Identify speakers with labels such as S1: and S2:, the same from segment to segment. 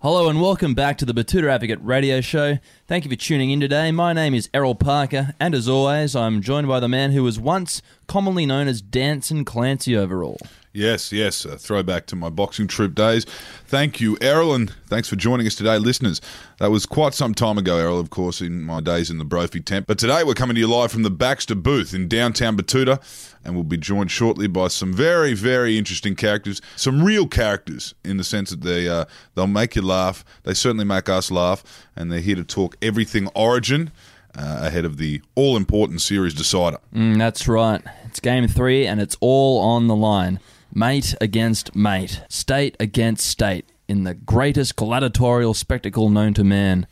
S1: Hello and welcome back to the Batuta Advocate Radio Show. Thank you for tuning in today. My name is Errol Parker, and as always, I'm joined by the man who was once commonly known as Danson Clancy Overall.
S2: Yes, yes, a throwback to my boxing troop days. Thank you, Errol, and thanks for joining us today, listeners. That was quite some time ago, Errol, of course, in my days in the Brophy tent. But today we're coming to you live from the Baxter booth in downtown Batuta, and we'll be joined shortly by some very, very interesting characters, some real characters in the sense that they, uh, they'll make you laugh. They certainly make us laugh, and they're here to talk everything origin. Uh, ahead of the all important series decider.
S1: Mm, that's right. It's game three, and it's all on the line. Mate against mate, state against state, in the greatest gladiatorial spectacle known to man.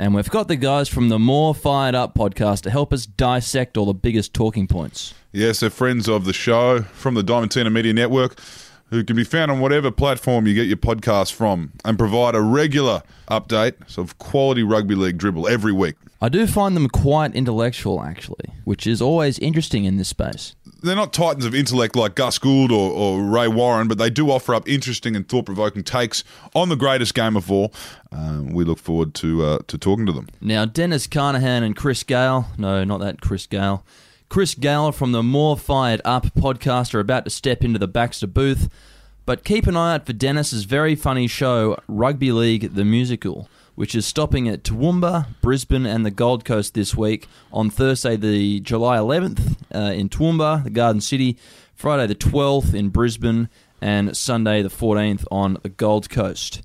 S1: And we've got the guys from the More Fired Up podcast to help us dissect all the biggest talking points.
S2: Yes, they're friends of the show from the Diamantina Media Network, who can be found on whatever platform you get your podcast from and provide a regular update of quality rugby league dribble every week.
S1: I do find them quite intellectual, actually, which is always interesting in this space.
S2: They're not titans of intellect like Gus Gould or, or Ray Warren, but they do offer up interesting and thought provoking takes on the greatest game of all. Um, we look forward to, uh, to talking to them.
S1: Now, Dennis Carnahan and Chris Gale, no, not that Chris Gale, Chris Gale from the More Fired Up podcast are about to step into the Baxter booth, but keep an eye out for Dennis's very funny show, Rugby League the Musical, which is stopping at Toowoomba, Brisbane, and the Gold Coast this week on Thursday, the July 11th uh, in Toowoomba, the Garden City, Friday the 12th in Brisbane, and Sunday the 14th on the Gold Coast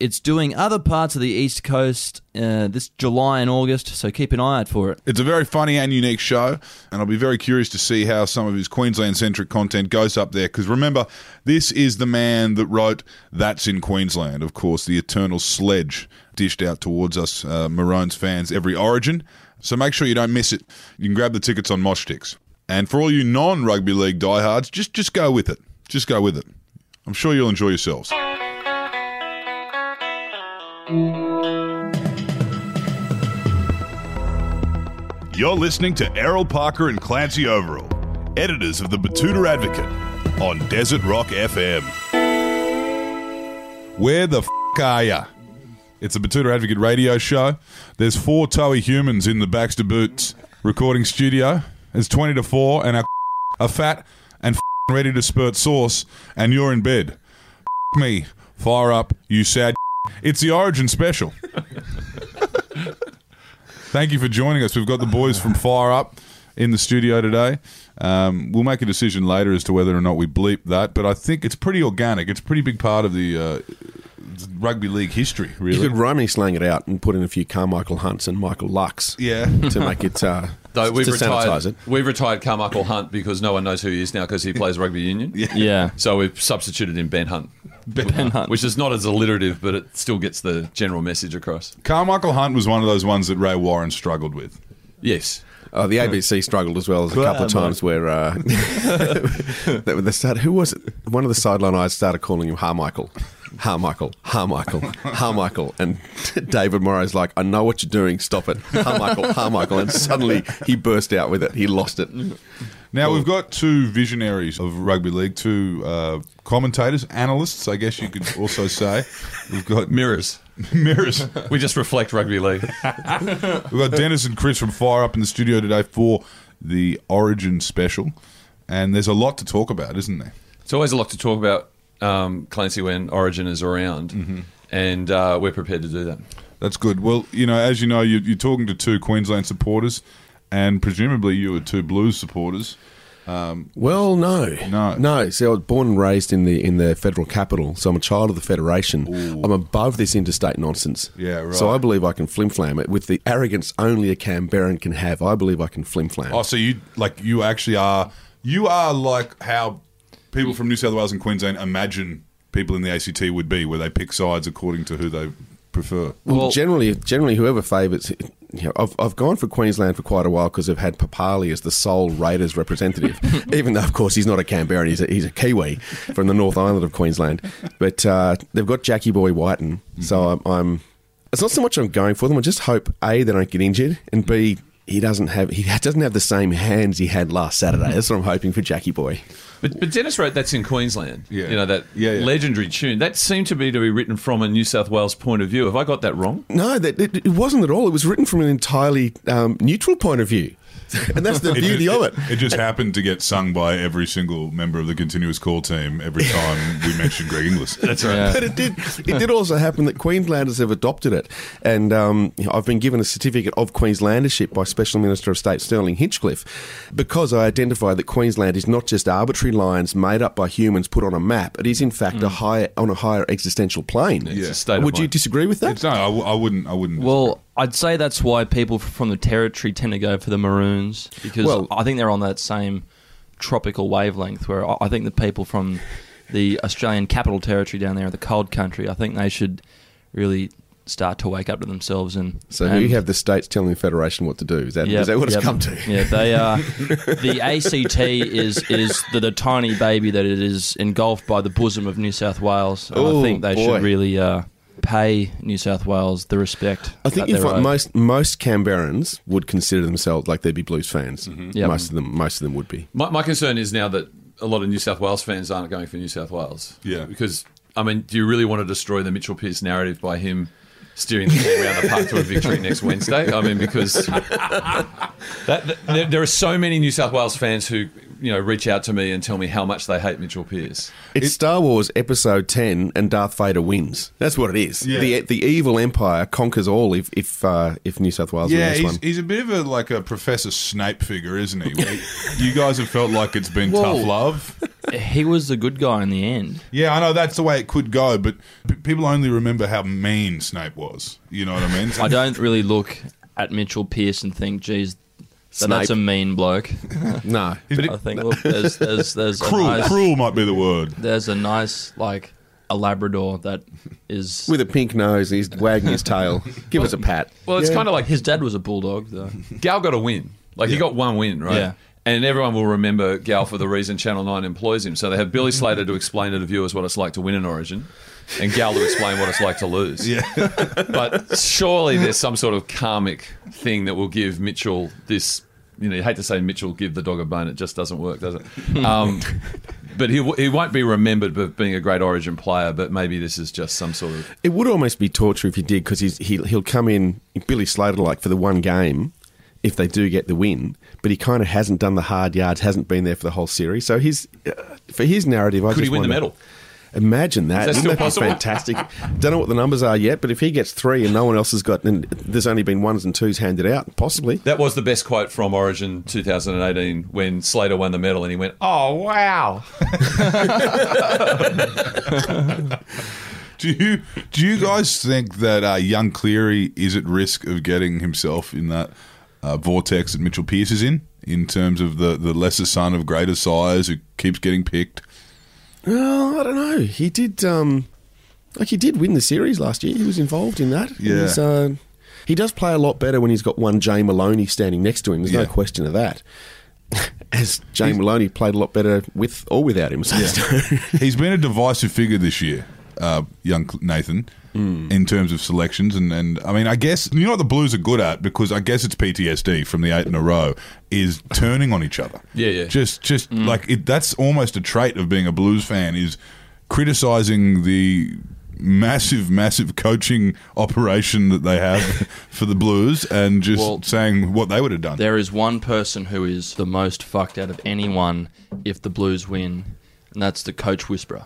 S1: it's doing other parts of the East Coast uh, this July and August, so keep an eye out for it.
S2: It's a very funny and unique show, and I'll be very curious to see how some of his Queensland centric content goes up there. Because remember, this is the man that wrote That's in Queensland, of course, the eternal sledge dished out towards us uh, Maroons fans every origin. So make sure you don't miss it. You can grab the tickets on Mosh Ticks. And for all you non rugby league diehards, just, just go with it. Just go with it. I'm sure you'll enjoy yourselves. You're listening to Errol Parker and Clancy Overall, editors of the Batuta Advocate on Desert Rock FM. Where the f are ya? It's the Batuta Advocate radio show. There's four towy humans in the Baxter Boots recording studio. It's 20 to 4, and our are fat and f***ing ready to spurt sauce, and you're in bed. F me. Fire up, you sad. It's the Origin special. Thank you for joining us. We've got the boys from Fire Up in the studio today. Um, we'll make a decision later as to whether or not we bleep that, but I think it's pretty organic. It's a pretty big part of the uh, rugby league history,
S3: You
S2: really.
S3: could Romany slang it out and put in a few Carmichael Hunts and Michael Lux
S2: Yeah.
S3: to make it uh,
S4: Though we've
S3: to sanitize
S4: retired,
S3: it.
S4: we've retired Carmichael Hunt because no one knows who he is now because he plays rugby union.
S1: Yeah.
S4: So we've substituted in Ben Hunt,
S1: Ben Hunt.
S4: which is not as alliterative, but it still gets the general message across.
S2: Carmichael Hunt was one of those ones that Ray Warren struggled with.
S4: Yes.
S3: Oh, the ABC struggled as well. There's a couple of times where uh, that they start. Who was it? One of the sideline eyes started calling him Harmichael, Harmichael, Harmichael, Harmichael, and David Morrow's like, "I know what you're doing. Stop it, Harmichael, Harmichael." And suddenly he burst out with it. He lost it.
S2: Now we've got two visionaries of rugby league, two uh, commentators, analysts, I guess you could also say. We've got
S4: Mirrors.
S2: mirrors.
S4: We just reflect rugby league.
S2: We've got Dennis and Chris from Fire Up in the studio today for the Origin special, and there's a lot to talk about, isn't there?
S4: It's always a lot to talk about, um, Clancy, when Origin is around, and uh, we're prepared to do that.
S2: That's good. Well, you know, as you know, you you're talking to two Queensland supporters, and presumably you were two Blues supporters.
S3: Well, no,
S2: No.
S3: no. See, I was born and raised in the in the federal capital, so I'm a child of the federation. I'm above this interstate nonsense.
S2: Yeah, right.
S3: So I believe I can flimflam it with the arrogance only a Canberran can have. I believe I can flimflam.
S2: Oh, so you like you actually are you are like how people from New South Wales and Queensland imagine people in the ACT would be, where they pick sides according to who they prefer.
S3: Well,
S4: Well-
S3: generally, generally, whoever favours, you know, I've, I've gone for Queensland for quite a while because I've had Papali as the sole Raiders representative, even though, of course, he's not a Canberran, he's a, he's a Kiwi from the North Island of Queensland. But uh, they've got Jackie Boy Mm-hmm. Whiten, so I'm, I'm. It's not so much I'm going for them. I just hope a they don't get injured, and b he doesn't have he doesn't have the same hands he had last Saturday. That's what I'm hoping for, Jackie Boy.
S4: But, but Dennis wrote that's in Queensland.
S2: Yeah.
S4: You know, that
S2: Yeah, yeah.
S4: legendary tune. That seemed to be to be written from a New South Wales point of view. Have I got that wrong?
S3: No, that, it, it wasn't at all. It was written from an entirely um, neutral point of view, and that's the beauty of it.
S2: It just happened to get sung by every single member of the continuous call team every time we mentioned Greg Inglis. That's right.
S3: But it did. It did also happen that Queenslanders have adopted it, and um, you know, I've been given a certificate of Queenslandership by Special Minister of State Sterling Hinchcliffe, because I identified that Queensland is not just arbitrary lines made up by humans put on a map. It is in fact
S1: Mm.
S3: a higher on a higher existential plane.
S4: It's a state of
S3: Would you
S4: mind.
S3: disagree with that?
S2: No, I, w- I wouldn't. I wouldn't.
S1: Well, I'd say that's why people from the territory tend to go for the Maroons because
S3: Well-
S1: I think they're on that same tropical wavelength. Where I I think the people from the Australian Capital Territory down there, the cold country, I think they should really start to wake up to themselves and
S3: So
S1: and
S3: here you have the states telling the federation what to do. Is that, is that what it's
S1: yep.
S3: come to?
S1: Yeah, they are. the ACT is is the, the tiny baby that it is engulfed by the bosom of New South Wales. And
S3: Ooh,
S1: I think they
S3: boy.
S1: should really uh, pay New South Wales the respect.
S3: I think
S1: that
S3: you
S1: they're
S3: find
S1: owed.
S3: most most Canberrans would consider themselves like they'd be Blues fans.
S1: Mm-hmm. Yep.
S3: Most of them, most of them would be.
S4: My, my concern is now that a lot of New South Wales fans aren't going for New South Wales.
S2: Yeah.
S4: Because, I mean, do you really want to destroy the Mitchell Pearce narrative by him steering the team around the park to a victory next Wednesday? I mean, because that, that- there, there are so many New South Wales fans who, you know, reach out to me and tell me how much they hate Mitchell Pearce.
S3: It's Star Wars Episode Ten, and Darth Vader wins. That's what it is.
S2: Yeah.
S3: The the evil empire conquers all. If if uh, if New South Wales
S2: yeah,
S3: wins this
S2: he's,
S3: one,
S2: he's a bit of a like a Professor Snape figure, isn't he? Where you guys have felt like it's been
S1: Whoa.
S2: tough love.
S1: He was the good guy in the end.
S2: Yeah, I know that's the way it could go, but p- people only remember how mean Snape was. You know what I mean?
S1: I don't really look at Mitchell Pearce and think, geez, that,
S3: Snape.
S1: that's a mean bloke.
S3: no.
S1: I think, look, there's, there's, there's, a
S2: cruel,
S1: nice,
S2: cruel might be the word.
S1: there's a nice, like, a Labrador that is.
S3: With a pink nose, he's wagging his tail. Give us a pat.
S4: Well, it's kind of like
S1: His dad was a bulldog, though.
S4: Gal got a win. Like he got one win, right?
S1: Yeah.
S4: And everyone will remember Gal for the reason Channel 9 employs him. So they have Billy Slater to explain to the viewers what it's like to win an Origin and Gal to explain what it's like to lose.
S2: Yeah.
S4: But surely there's some sort of karmic thing that will give Mitchell this. You know, you hate to say Mitchell give the dog a bone. It just doesn't work, does it? Um, but he, w- he won't be remembered for being a great Origin player. But maybe this is just some sort of
S3: It would almost be torture if you did because he, he'll come in Billy Slater like for the one game if they do get the win, but he kind of hasn't done the hard yards, hasn't been there for the whole series. So his uh, for his narrative, I
S4: could he
S3: just
S4: win the
S3: wonder-
S4: medal?
S3: Imagine that.
S4: Is that
S3: Wouldn't
S4: still
S3: that be
S4: possible?
S3: fantastic? Don't know what the numbers are yet, but if he gets three and no one else has got, and there's only been ones and twos handed out, possibly.
S4: That was the best quote from Origin 2018 when Slater won the medal and he went, Oh, wow.
S2: Do you do you guys think that uh, young Cleary is at risk of getting himself in that uh, vortex that Mitchell Pearce is in, in terms of the, the lesser son of greater size who keeps getting picked?
S3: Well, I don't know. He did, um, like he did win the series last year. He was involved in that.
S2: Yeah.
S3: He's, uh, he does play a lot better when he's got one Jay Maloney standing next to him. There's
S2: Yeah.
S3: no question of that. As Jay Maloney played a lot better with or without him. So
S2: He's been a divisive figure this year, uh, young Cl- Nathan, in terms of selections. And, and I mean, I guess, you know what the Blues are good at, because I guess it's PTSD from the eight in a row, is turning on each other.
S4: Yeah, yeah.
S2: Just, just like it, that's almost a trait of being a Blues fan, is criticizing the massive, massive coaching operation that they have for the Blues and just
S1: Well-
S2: saying what they would have done.
S1: There is one person who is the most fucked out of anyone if the Blues win, and that's the coach whisperer.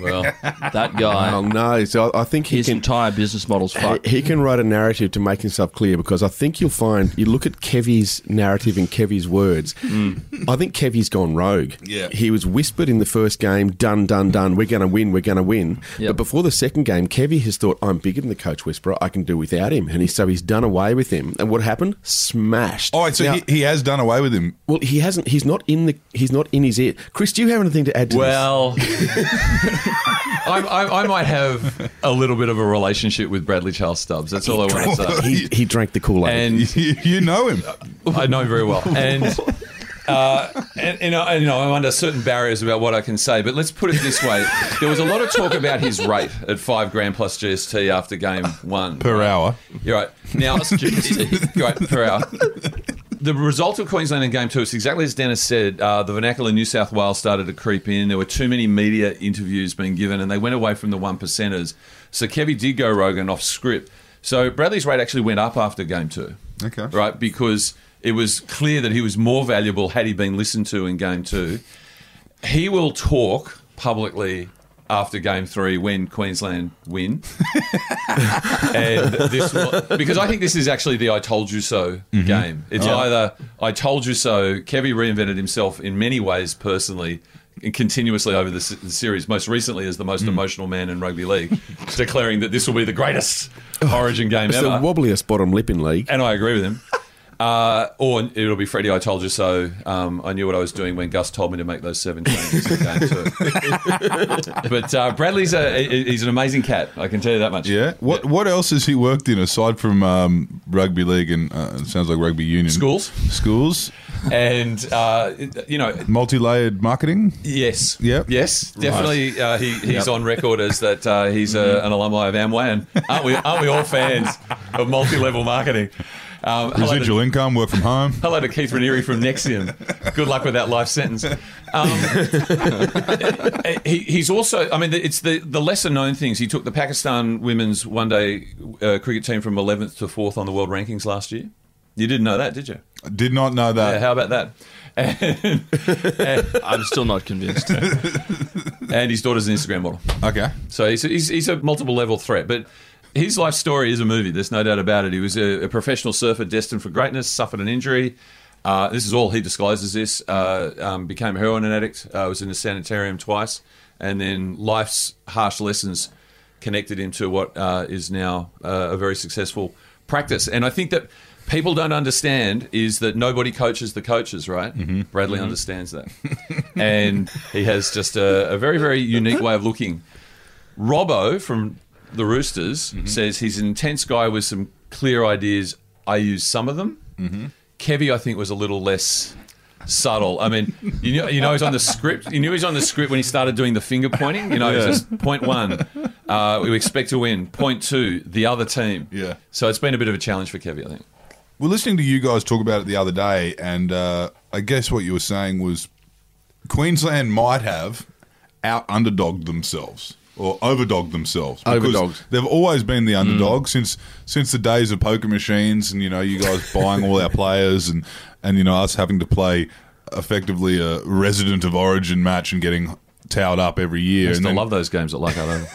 S4: Well,
S1: That
S3: oh
S1: guy,
S3: no! So I I think he
S1: his
S3: can.
S1: entire business model's fucked.
S3: He can write a narrative to make himself clear because I think you'll find you look at Kevy's narrative and Kevy's words. I think Kevy's gone rogue.
S2: Yeah.
S3: He was whispered in the first game, done, done, done, we're going to win, we're going to win.
S1: Yep.
S3: But before the second game, Kevy has thought, I'm bigger than the coach whisperer, I can do without him. And he, so he's done away with him. And what happened? Smashed.
S2: All right, so
S3: Now-
S2: he, he has done away with him.
S3: well, he hasn't. He's not in the. He's not in his ear. Chris, do you have anything to add to this?
S4: well, I, I, I might have a little bit of a relationship with Bradley Charles Stubbs. That's all I want to say.
S3: he, he drank the Kool Aid.
S4: And
S2: You, you know him.
S4: I know him very well, and uh, and, and, I- and, you know I'm under certain barriers about what I can say. But let's put it this way: there was a lot of talk about his rate at five grand plus GST after game one
S2: Per hour.
S4: You're right now. You're right per hour. the result of Queensland in game two is exactly as Dennis said. Uh, the vernacular in New South Wales started to creep in. There were too many media interviews being given, and they went away from the one percenters. So Kevy did go Rogan off script. So Bradley's rate actually went up after game two.
S2: Okay.
S4: Right? Because it was clear that he was more valuable had he been listened to in game two. He will talk publicly after game three when Queensland win. and this will, because I think this is actually the I told you so
S3: Mm-hmm.
S4: game. It's either I told you so, Kevy reinvented himself in many ways personally. and Continuously over the, s- the series, most recently as the
S3: Mm.
S4: most emotional man in rugby league, declaring that this will be the greatest Origin game
S3: Oh. It's
S4: ever.
S3: the wobbliest bottom lip in league.
S4: And I agree with him. Uh, or it'll be Freddie. I told you so. Um, I knew what I was doing when Gus told me to make those seven changes in game two. but uh, Bradley's a, he's an amazing cat. I can tell you that much.
S2: Yeah. What What else has he worked in aside from um, rugby league and uh, it sounds like rugby union
S4: Schools
S2: schools,
S4: and uh, you know
S2: multi layered marketing?
S4: Yes.
S2: Yep.
S4: Yes. Definitely. Uh, he, he's on record as that uh, he's a, an alumni of Amway, and aren't we? Aren't we all fans of multi-level marketing? Um, hello to-
S2: Residual income, work from home.
S4: Hello to Keith Raniere from Nexium. Good luck with that life sentence. Um, he, he's also, I mean, it's the, the lesser known things. He took the Pakistan women's one day uh, cricket team from 11th to 4th on the world rankings last year. You didn't know that, did you?
S2: Did not know
S4: Uh,
S2: that.
S4: how about that? And,
S1: I'm still not convinced.
S4: and his daughter's an Instagram model.
S2: okay.
S4: So he's, he's, he's a multiple level threat. But his life story is a movie. There's no doubt about it. He was a, a professional surfer destined for greatness, suffered an injury. Uh, this is all he discloses this. Uh, um, became a heroin addict, uh, was in a sanitarium twice. And then life's harsh lessons connected him to what uh, is now uh, a very successful practice. And I think that people don't understand is that nobody coaches the coaches, right? Bradley understands that. and he has just a, a very, very unique way of looking. Robbo from the Roosters
S2: Mm-hmm.
S4: says he's an intense guy with some clear ideas. I use some of them. Mm-hmm. Kevy, I think, was a little less subtle. I mean, you know, you know, he's on the script. You knew he's on the script when he started doing the finger pointing. You know, it was just point one, uh, we expect to win. Point two, the other team.
S2: Yeah.
S4: So it's been a bit of a challenge for Kevy, I think.
S2: We're listening to you guys talk about it the other day, and uh, I guess what you were saying was Queensland might have out underdogged themselves or overdogged themselves. because
S3: Overdogged.
S2: They've always been the underdog since since the days of poker machines, and you know, you guys buying all our players, and and you know, us having to play effectively a resident of origin match and getting towed up every year.
S4: I
S2: and
S4: still
S2: then-
S4: love those games at Luck Island.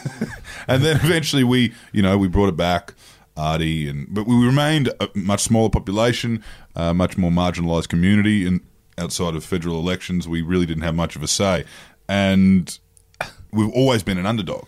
S2: and then eventually we, you know, we brought it back, Artie, and but we remained a much smaller population, uh, much more marginalised community, and outside of federal elections, we really didn't have much of a say, and we've always been an underdog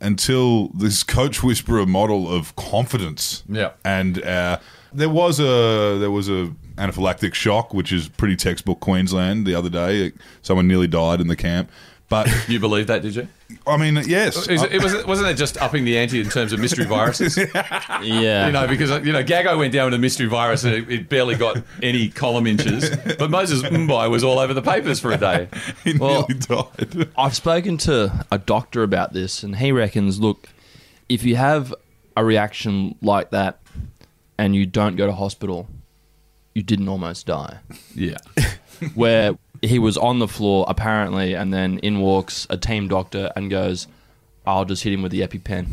S2: until this coach whisperer model of confidence.
S4: Yeah.
S2: and uh, there was a there was a anaphylactic shock, which is pretty textbook Queensland. The other day, someone nearly died in the camp. But
S4: You believe that, did you?
S2: I mean, yes,
S4: Is it, it wasn't, wasn't it just upping the ante in terms of mystery viruses?
S1: Yeah.
S4: You know, because you know, Gago went down with a mystery virus and it, it barely got any column inches. But Moses Mbai was all over the papers for a day.
S2: he
S1: Well-
S2: nearly died.
S1: I've spoken to a doctor about this, and he reckons look, if you have a reaction like that and you don't go to hospital, you didn't almost die.
S4: Yeah,
S1: Where he was on the floor, apparently, and then in walks a team doctor and goes, I'll just hit him with the EpiPen.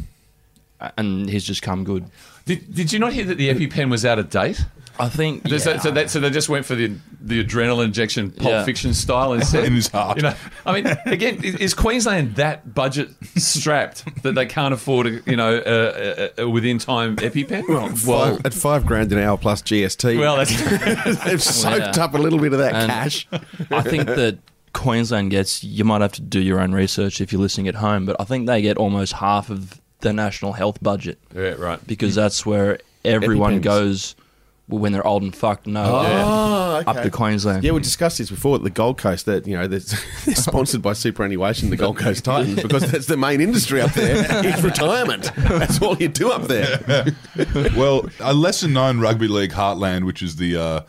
S1: A- And he's just come good.
S4: did, did you not hear that the EpiPen was out of date?
S1: I think.
S4: So- So,
S1: yeah,
S4: so, that, so they just went for the the adrenaline injection, Pulp
S1: Yeah.
S4: Fiction style instead.
S2: In his heart.
S4: You know, I mean, again, is, is Queensland that budget strapped that they can't afford, a, you know, a, a, a within time EpiPen? Well,
S3: Five- at five grand an hour plus GST,
S4: well, that's
S3: they've soaked
S1: yeah.
S3: up a little bit of that
S1: And-
S3: cash.
S1: I think that Queensland gets, you might have to do your own research if you're listening at home, but I think they get almost half of the national health budget.
S4: yeah, right.
S1: because that's where everyone
S3: EpiPens.
S1: goes when they're old and fucked. No,
S3: Oh,
S1: up to Queensland.
S3: Yeah, we discussed this before. The Gold Coast, that you know, they're, they're sponsored by superannuation, the Gold Coast Titans, because that's the main industry up there. It's retirement. That's all you do up there.
S2: well, a lesser known rugby league heartland, which is the uh,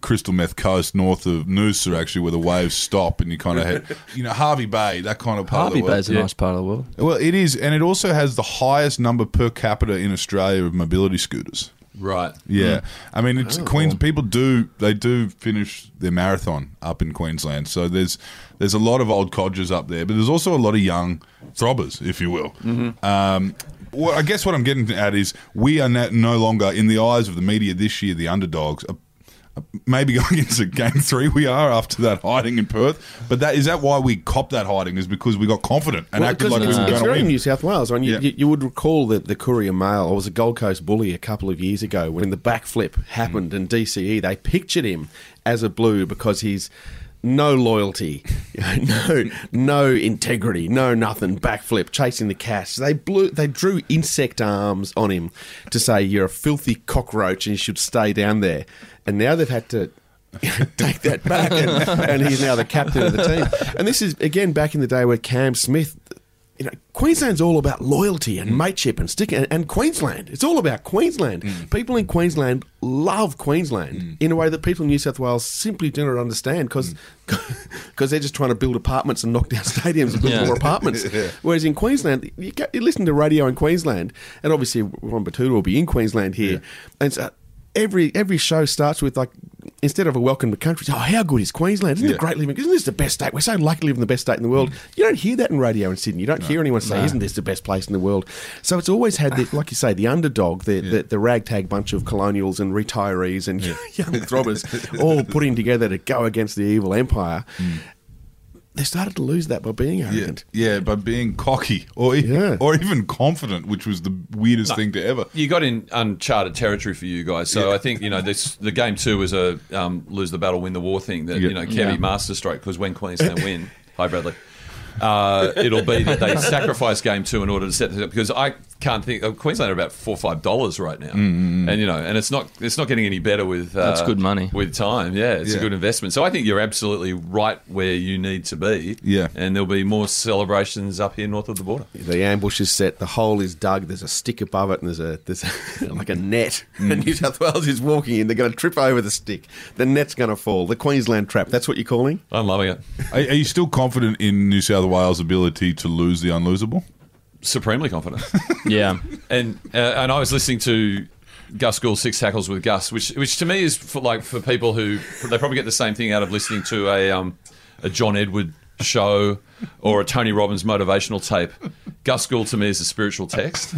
S2: Crystal Meth Coast north of Noosa, actually, where the waves stop and you kind of head, you know, Harvey Bay, that kind of part
S1: Harvey
S2: of the world.
S1: Bay's a nice part of the world.
S2: Well, it is, and it also has the highest number per capita in Australia of mobility scooters.
S4: Right.
S3: Hmm.
S2: Yeah, I mean,
S3: Oh,
S2: it's Queens. People do they do finish their marathon up in Queensland. So there's there's a lot of old codgers up there, but there's also a lot of young throbbers, if you will.
S3: Mm-hmm.
S2: Um, well, I guess what I'm getting at is we are no- no longer in the eyes of the media this year the underdogs. Uh, uh, Maybe going into game three, we are after that hiding in Perth. But that is that why we copped that hiding is because we got confident and
S3: Well,
S2: acted like we
S3: it's,
S2: were
S3: it's
S2: going to
S3: very
S2: win.
S3: New South Wales. I mean, you,
S2: Yeah.
S3: you, you would recall that the Courier Mail. I was a Gold Coast bully a couple of years ago when the backflip happened in DCE. They pictured him as a blue because he's no loyalty, no no integrity, no nothing. Backflip, chasing the cash. They blew. They drew insect arms on him to say you're a filthy cockroach and you should stay down there. And now they've had to take that back, and, and he's now the captain of the team. And this is again back in the day where Cam Smith, you know, Queensland's all about loyalty and mateship and stick and, and Queensland. It's all about Queensland. People in Queensland love Queensland in a way that people in New South Wales simply do not understand because they're just trying to build apartments and knock down stadiums and build
S1: Yeah.
S3: more apartments. Whereas in Queensland, you, go, you listen to radio in Queensland, and obviously Ron Batuta will be in Queensland here, and so every every show starts with like instead of a welcome to country, it's, oh how good is Queensland? Isn't
S2: Yeah. Mm.
S3: it great living? Isn't this the best state? We're so lucky to live in the best state in the world. You don't hear that in radio in Sydney. You don't hear anyone say, "Isn't this the best place in the world?" So it's always had, the, like you say, the underdog, the, the the ragtag bunch of colonials and retirees and young throbbers all putting together to go against the evil empire. They started to lose that by being
S2: Mm. Yeah,
S3: arrogant.
S2: yeah, by being cocky or e-
S3: Yeah.
S2: or even confident, which was the weirdest thing to ever.
S4: You got in uncharted territory for you guys, so I think you know this. The game two was a um, lose the battle, win the war thing that
S2: Yeah.
S4: you know can be masterstroke because when Queensland win, hi Bradley, uh, it'll be that they sacrifice game two in order to set this up because I can't think uh, Queensland are about four or five dollars right now, and you know, and it's not it's not getting any better with uh,
S1: That's good money.
S4: with time. Yeah, it's
S2: Yeah.
S4: a good investment. So I think you're absolutely right where you need to be.
S2: Yeah.
S4: and there'll be more celebrations up here north of the border.
S3: The ambush is set. The hole is dug. There's a stick above it, and there's a there's a, like a net.
S4: Mm.
S3: And New South Wales is walking in. They're going to trip over the stick. The net's going to fall. The Queensland trap. That's what you're calling.
S4: I'm loving it.
S2: Are, are you still confident in New South Wales' ability to lose the unlosable?
S4: Supremely confident.
S1: Yeah.
S4: and uh, and I was listening to Gus Gould six tackles with Gus, which which to me is for, like for people who they probably get the same thing out of listening to a um, a John Edward show or a Tony Robbins motivational tape. Gus Gould to me is a spiritual text,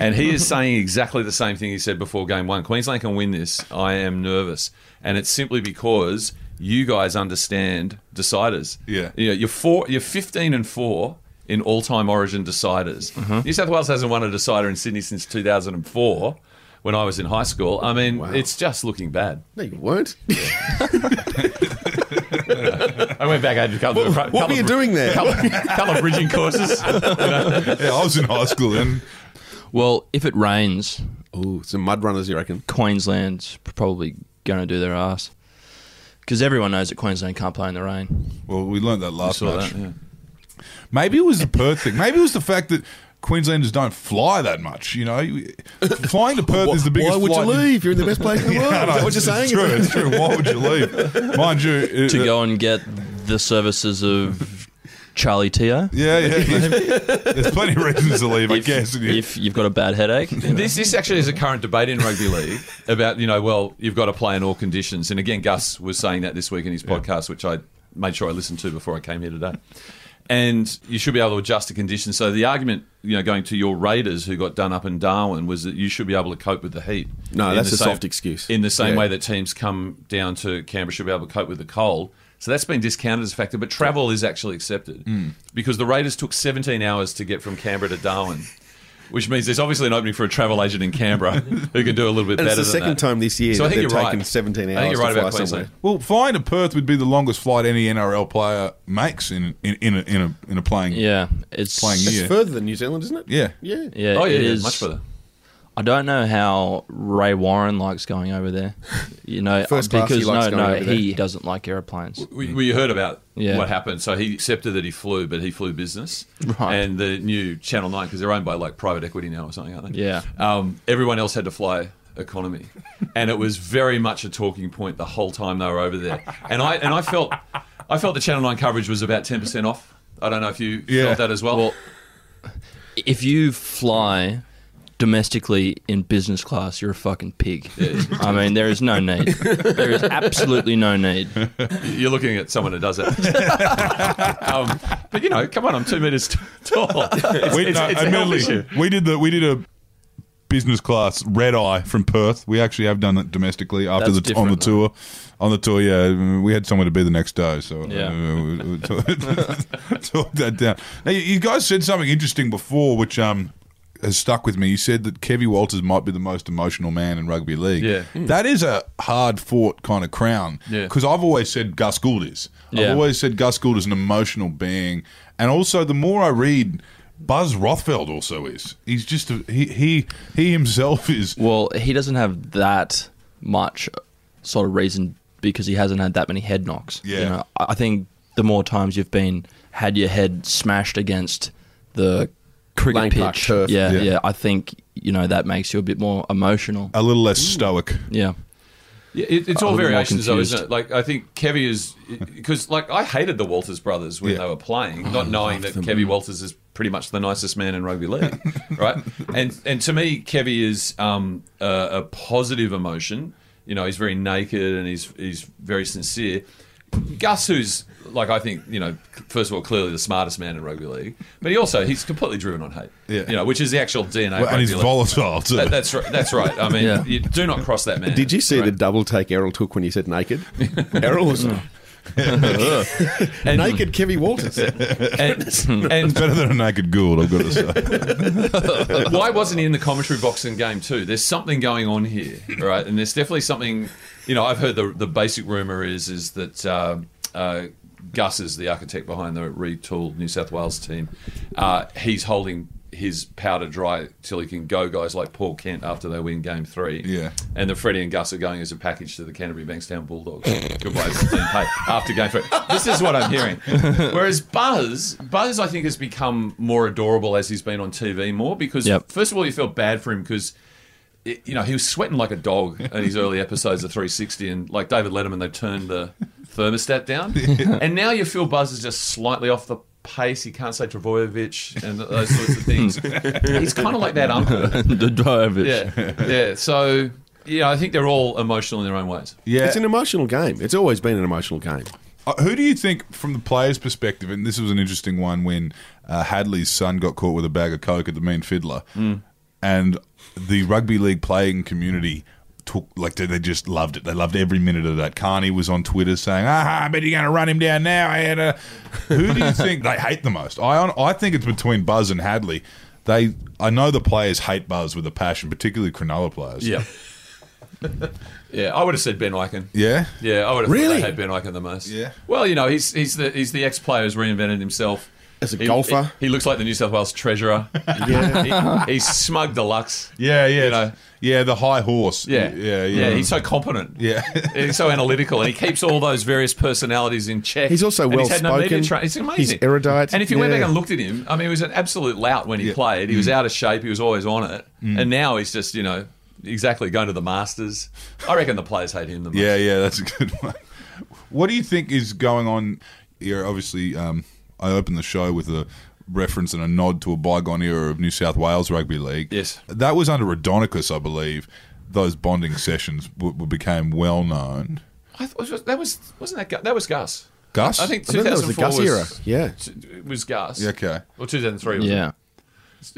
S4: and he is saying exactly the same thing he said before game one. Queensland can win this. I am nervous, and it's simply because you guys understand deciders.
S2: Yeah.
S4: You know, you're four, you're 15 and four in all-time Origin deciders. New South Wales hasn't won a decider in Sydney since 2004, when I was in high school. I mean, it's just looking bad.
S3: No, you weren't.
S4: I went back I had a couple of
S3: What were you doing there?
S4: Couple, couple of bridging courses.
S2: Yeah, I was in high school then.
S1: Well, if it rains,
S3: Ooh, some mud runners, you reckon?
S1: Queensland's probably going to do their ass. Because everyone knows that Queensland can't play in the rain.
S2: Well, we learnt that last
S4: Saw
S2: match.
S4: that, yeah.
S2: Maybe it was the Perth thing. Maybe it was the fact that Queenslanders don't fly that much. You know, flying to Perth is the biggest.
S3: Why would you
S2: flight
S3: leave? You're in the best place in the world.
S2: I know,
S3: Is that what you're
S2: it's-
S3: saying?
S2: It's true. It's true. Why would you leave? Mind you, uh, it-
S1: To go and get the services of Charlie Teo.
S2: Yeah, yeah. There's plenty of reasons to leave, I guess. and you-
S1: If you've got a bad headache.
S4: This, this actually is a current debate in rugby league about you know well you've got to play in all conditions and again Gus was saying that this week in his podcast which I made sure I listened to before I came here today and you should be able to adjust the conditions so the argument you know going to your Raiders who got done up in Darwin was that you should be able to cope with the heat
S3: No,
S4: In
S3: that's
S4: the
S3: a soft excuse.
S4: in the same
S3: Yeah.
S4: way that teams come down to Canberra should be able to cope with the cold so that's been discounted as a factor but travel is actually accepted because the Raiders took 17 hours to get from Canberra to Darwin which means there's obviously an opening for a travel agent in Canberra who can do a little bit
S3: And
S4: better.
S3: it's the
S4: than
S3: second
S4: that.
S3: time this year
S4: So I
S3: that
S4: think
S3: they've
S4: you're right.
S3: taken 17
S4: I think
S3: hours
S4: you're right
S3: to
S4: about
S3: fly somewhere.
S4: Queensland.
S2: Well, flying to Perth would be the longest flight any NRL player makes in in, in, a, in a in a playing.
S1: yeah. It's.
S2: Playing
S3: It's
S2: Yeah.
S3: further than New Zealand, isn't it?
S2: Yeah.
S3: Yeah.
S1: Yeah,
S4: Oh yeah,
S1: it
S4: yeah,
S1: is.
S4: much further.
S1: I don't know how Ray Warren likes going over there. You know,
S3: First class,
S1: because
S3: he likes
S1: no,
S3: going
S1: no,
S3: over there.
S1: he doesn't like aeroplanes.
S4: We, we heard about
S1: Yeah.
S4: what happened. So he accepted that he flew, but he flew business.
S1: Right.
S4: And the new Channel Nine, because they're owned by like private equity now or something, aren't they?
S1: Yeah.
S4: Um, everyone else had to fly economy, and it was very much a talking point the whole time they were over there. And I and I felt I felt the Channel Nine coverage was about ten percent off. I don't know if you
S2: Yeah.
S4: felt that as well.
S1: If you fly domestically in business class, you're a fucking pig. I mean, there is no need. There is absolutely no need.
S4: You're looking at someone who does it. um, but you know, come on, I'm two meters t- tall. It's,
S2: We,
S4: it's,
S2: no,
S4: it's a health
S2: admittedly,
S4: issue.
S2: we did the we did a business class red eye from Perth. We actually have done it domestically after
S1: That's
S2: the on the
S1: different,
S2: tour. On the tour, yeah, we had somewhere to be the next day, so
S1: Yeah.
S2: uh, we- we talk- talk that down. Now, you- you guys said something interesting before, which um has stuck with me. You said that Kevy Walters might be the most emotional man in rugby league.
S4: Yeah.
S2: that is a hard fought kind of crown.
S4: Yeah.
S2: because I've always said Gus Gould is. I've
S1: Yeah.
S2: always always said Gus Gould is an emotional being, and also the more I read, Buzz Rothfeld also is. He's just a, he he he himself is.
S1: Well, he doesn't have that much sort of reason because he hasn't had that many head knocks.
S2: Yeah.
S1: You know, I I think the more times you've been had your head smashed against the cricket
S3: Lane Park
S1: pitch,
S3: turf.
S1: Yeah,
S2: Yeah. Uh,
S1: yeah, I think you know that makes you a bit more emotional.
S2: A little less stoic.
S1: yeah.
S4: Yeah, it, it's
S1: A little
S4: all
S1: more
S4: variations, though, isn't
S1: confused.
S4: it? Like, I think Kevy is because, like, I hated the Walters brothers when
S2: Yeah.
S4: they were playing, not knowing that Kevy Walters is pretty much the nicest man in rugby league, right? And and to me, Kevy is um, a, a positive emotion. You know, he's very naked and he's he's very sincere. Gus, who's like, I think you know, first of all, clearly the smartest man in rugby league, but he also he's completely driven on hate.
S2: Yeah.
S4: you know, which is the actual DNA. of
S2: Well, and
S4: rugby
S2: he's
S4: league.
S2: volatile too.
S4: That- that's right. That's right. I mean,
S1: Yeah.
S4: you do not cross that man.
S3: Did you see
S4: right?
S3: the double take Errol took when you said naked? Errol was naked Kevy Walters.
S4: and, and
S2: Better than a naked Gould, I've got to say.
S4: why wasn't he in the commentary box in game two? There's something going on here, right? And there's definitely something. You know, I've heard the the basic rumor is is that uh, uh, Gus is the architect behind the retooled New South Wales team. Uh, he's holding his powder dry till he can go guys like Paul Kent after they win game three.
S2: Yeah.
S4: And the Freddie and Gus are going as a package to the Canterbury Bankstown Bulldogs. Goodbye, 15 pay after game three. This is what I'm hearing. Whereas Buzz, Buzz, I think, has become more adorable as he's been on TV more because,
S1: Yep.
S4: first of all, you felt bad for him because. You know, he was sweating like a dog in his early episodes of 360, and like David Letterman, they turned the thermostat down. And now you feel Buzz is just slightly off the pace. He can't say Travojevic and those sorts of things. He's kind of like that uncle.
S1: the drive is-
S4: Yeah, yeah. So yeah, I think they're all emotional in their own ways.
S2: Yeah.
S3: It's an emotional game. It's always been an emotional game.
S2: Uh, Who do you think, from the players' perspective, and this was an interesting one when uh, Hadley's son got caught with a bag of coke at the Mean Fiddler,
S4: Mm.
S2: and the rugby league playing community took like they- they just loved it. They loved every minute of that. Carney was on Twitter saying, "Ah, I bet you're going to run him down now." I had a. Who do you think they hate the most? I hon- I think it's between Buzz and Hadley. They, I know the players hate Buzz with a passion, particularly Cronulla players.
S4: Yeah. yeah, I would have said Ben Eichen.
S2: yeah,
S4: Yeah, I would have
S3: Really?
S4: thought they had Ben Eichen the most.
S2: Yeah.
S4: Well, you know, he's he's the he's the ex player who's reinvented himself.
S3: As a
S4: He-
S3: golfer.
S4: He, he looks like the New South Wales treasurer. yeah. He, he's smug deluxe.
S2: yeah, yeah,
S4: You know.
S2: yeah. The high horse.
S4: Yeah.
S2: yeah, yeah.
S4: He's so competent.
S2: yeah.
S4: He's so analytical, and he keeps all those various personalities in check.
S3: He's also
S4: And he's had no media
S3: well-spoken.
S4: tra- He's amazing.
S3: He's erudite.
S4: And if you went
S3: Yeah. Mm.
S4: back and looked at him, I mean, he was an absolute lout when he played. He was out of shape. He was always on it. And now he's just, you know, exactly going to the Masters. I reckon the players hate him the most.
S2: Yeah, yeah, that's a good one. What do you think is going on here? Obviously, um, I opened the show with a reference and a nod to a bygone era of New South Wales rugby league.
S4: Yes.
S2: that was under Adonicus, I believe. Those bonding sessions w- w- became well known.
S4: I thought it was- that was wasn't that Gus? that was Gus.
S2: Gus?
S4: I think
S3: I think that
S4: 2004
S3: was the Gus era.
S4: was,
S3: Yeah.
S4: It was Gus.
S2: Yeah, okay.
S4: Or 2003. Was
S1: Yeah.
S4: It?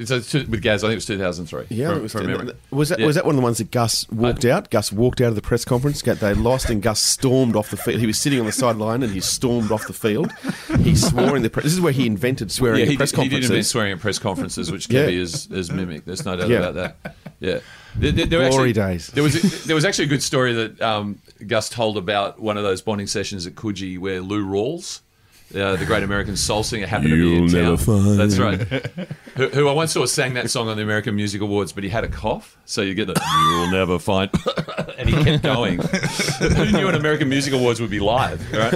S4: So it's two- with Gaz, I think it was 2003.
S3: Yeah,
S4: from-
S3: it was,
S4: from memory.
S3: was that
S4: Yeah.
S3: was that one of the ones that Gus walked out? Gus walked out of the press conference. got- They lost, and Gus stormed off the field. He was sitting on the sideline, and he stormed off the field. He swore in the press. This is where he invented swearing
S4: Yeah,
S3: in
S4: he,
S3: press
S4: did, he did
S3: conferences.
S4: invent swearing at press conferences, which
S3: Yeah.
S4: Kevy is, is mimic. There's no doubt
S3: Yeah.
S4: about that. Yeah. There, there- there
S3: Glory
S4: actually-
S3: days.
S4: There was there was actually a good story that um, Gus told about one of those bonding sessions at Coogee where Lou Rawls, uh, the great American soul singer, happened
S3: You'll
S4: to be in
S3: never
S4: town.
S3: find
S4: That's right. Who, who I once saw sang that song on the American Music Awards, but he had a cough, so you get the "You'll never find," and he kept going. Who knew an American Music Awards would be live, right?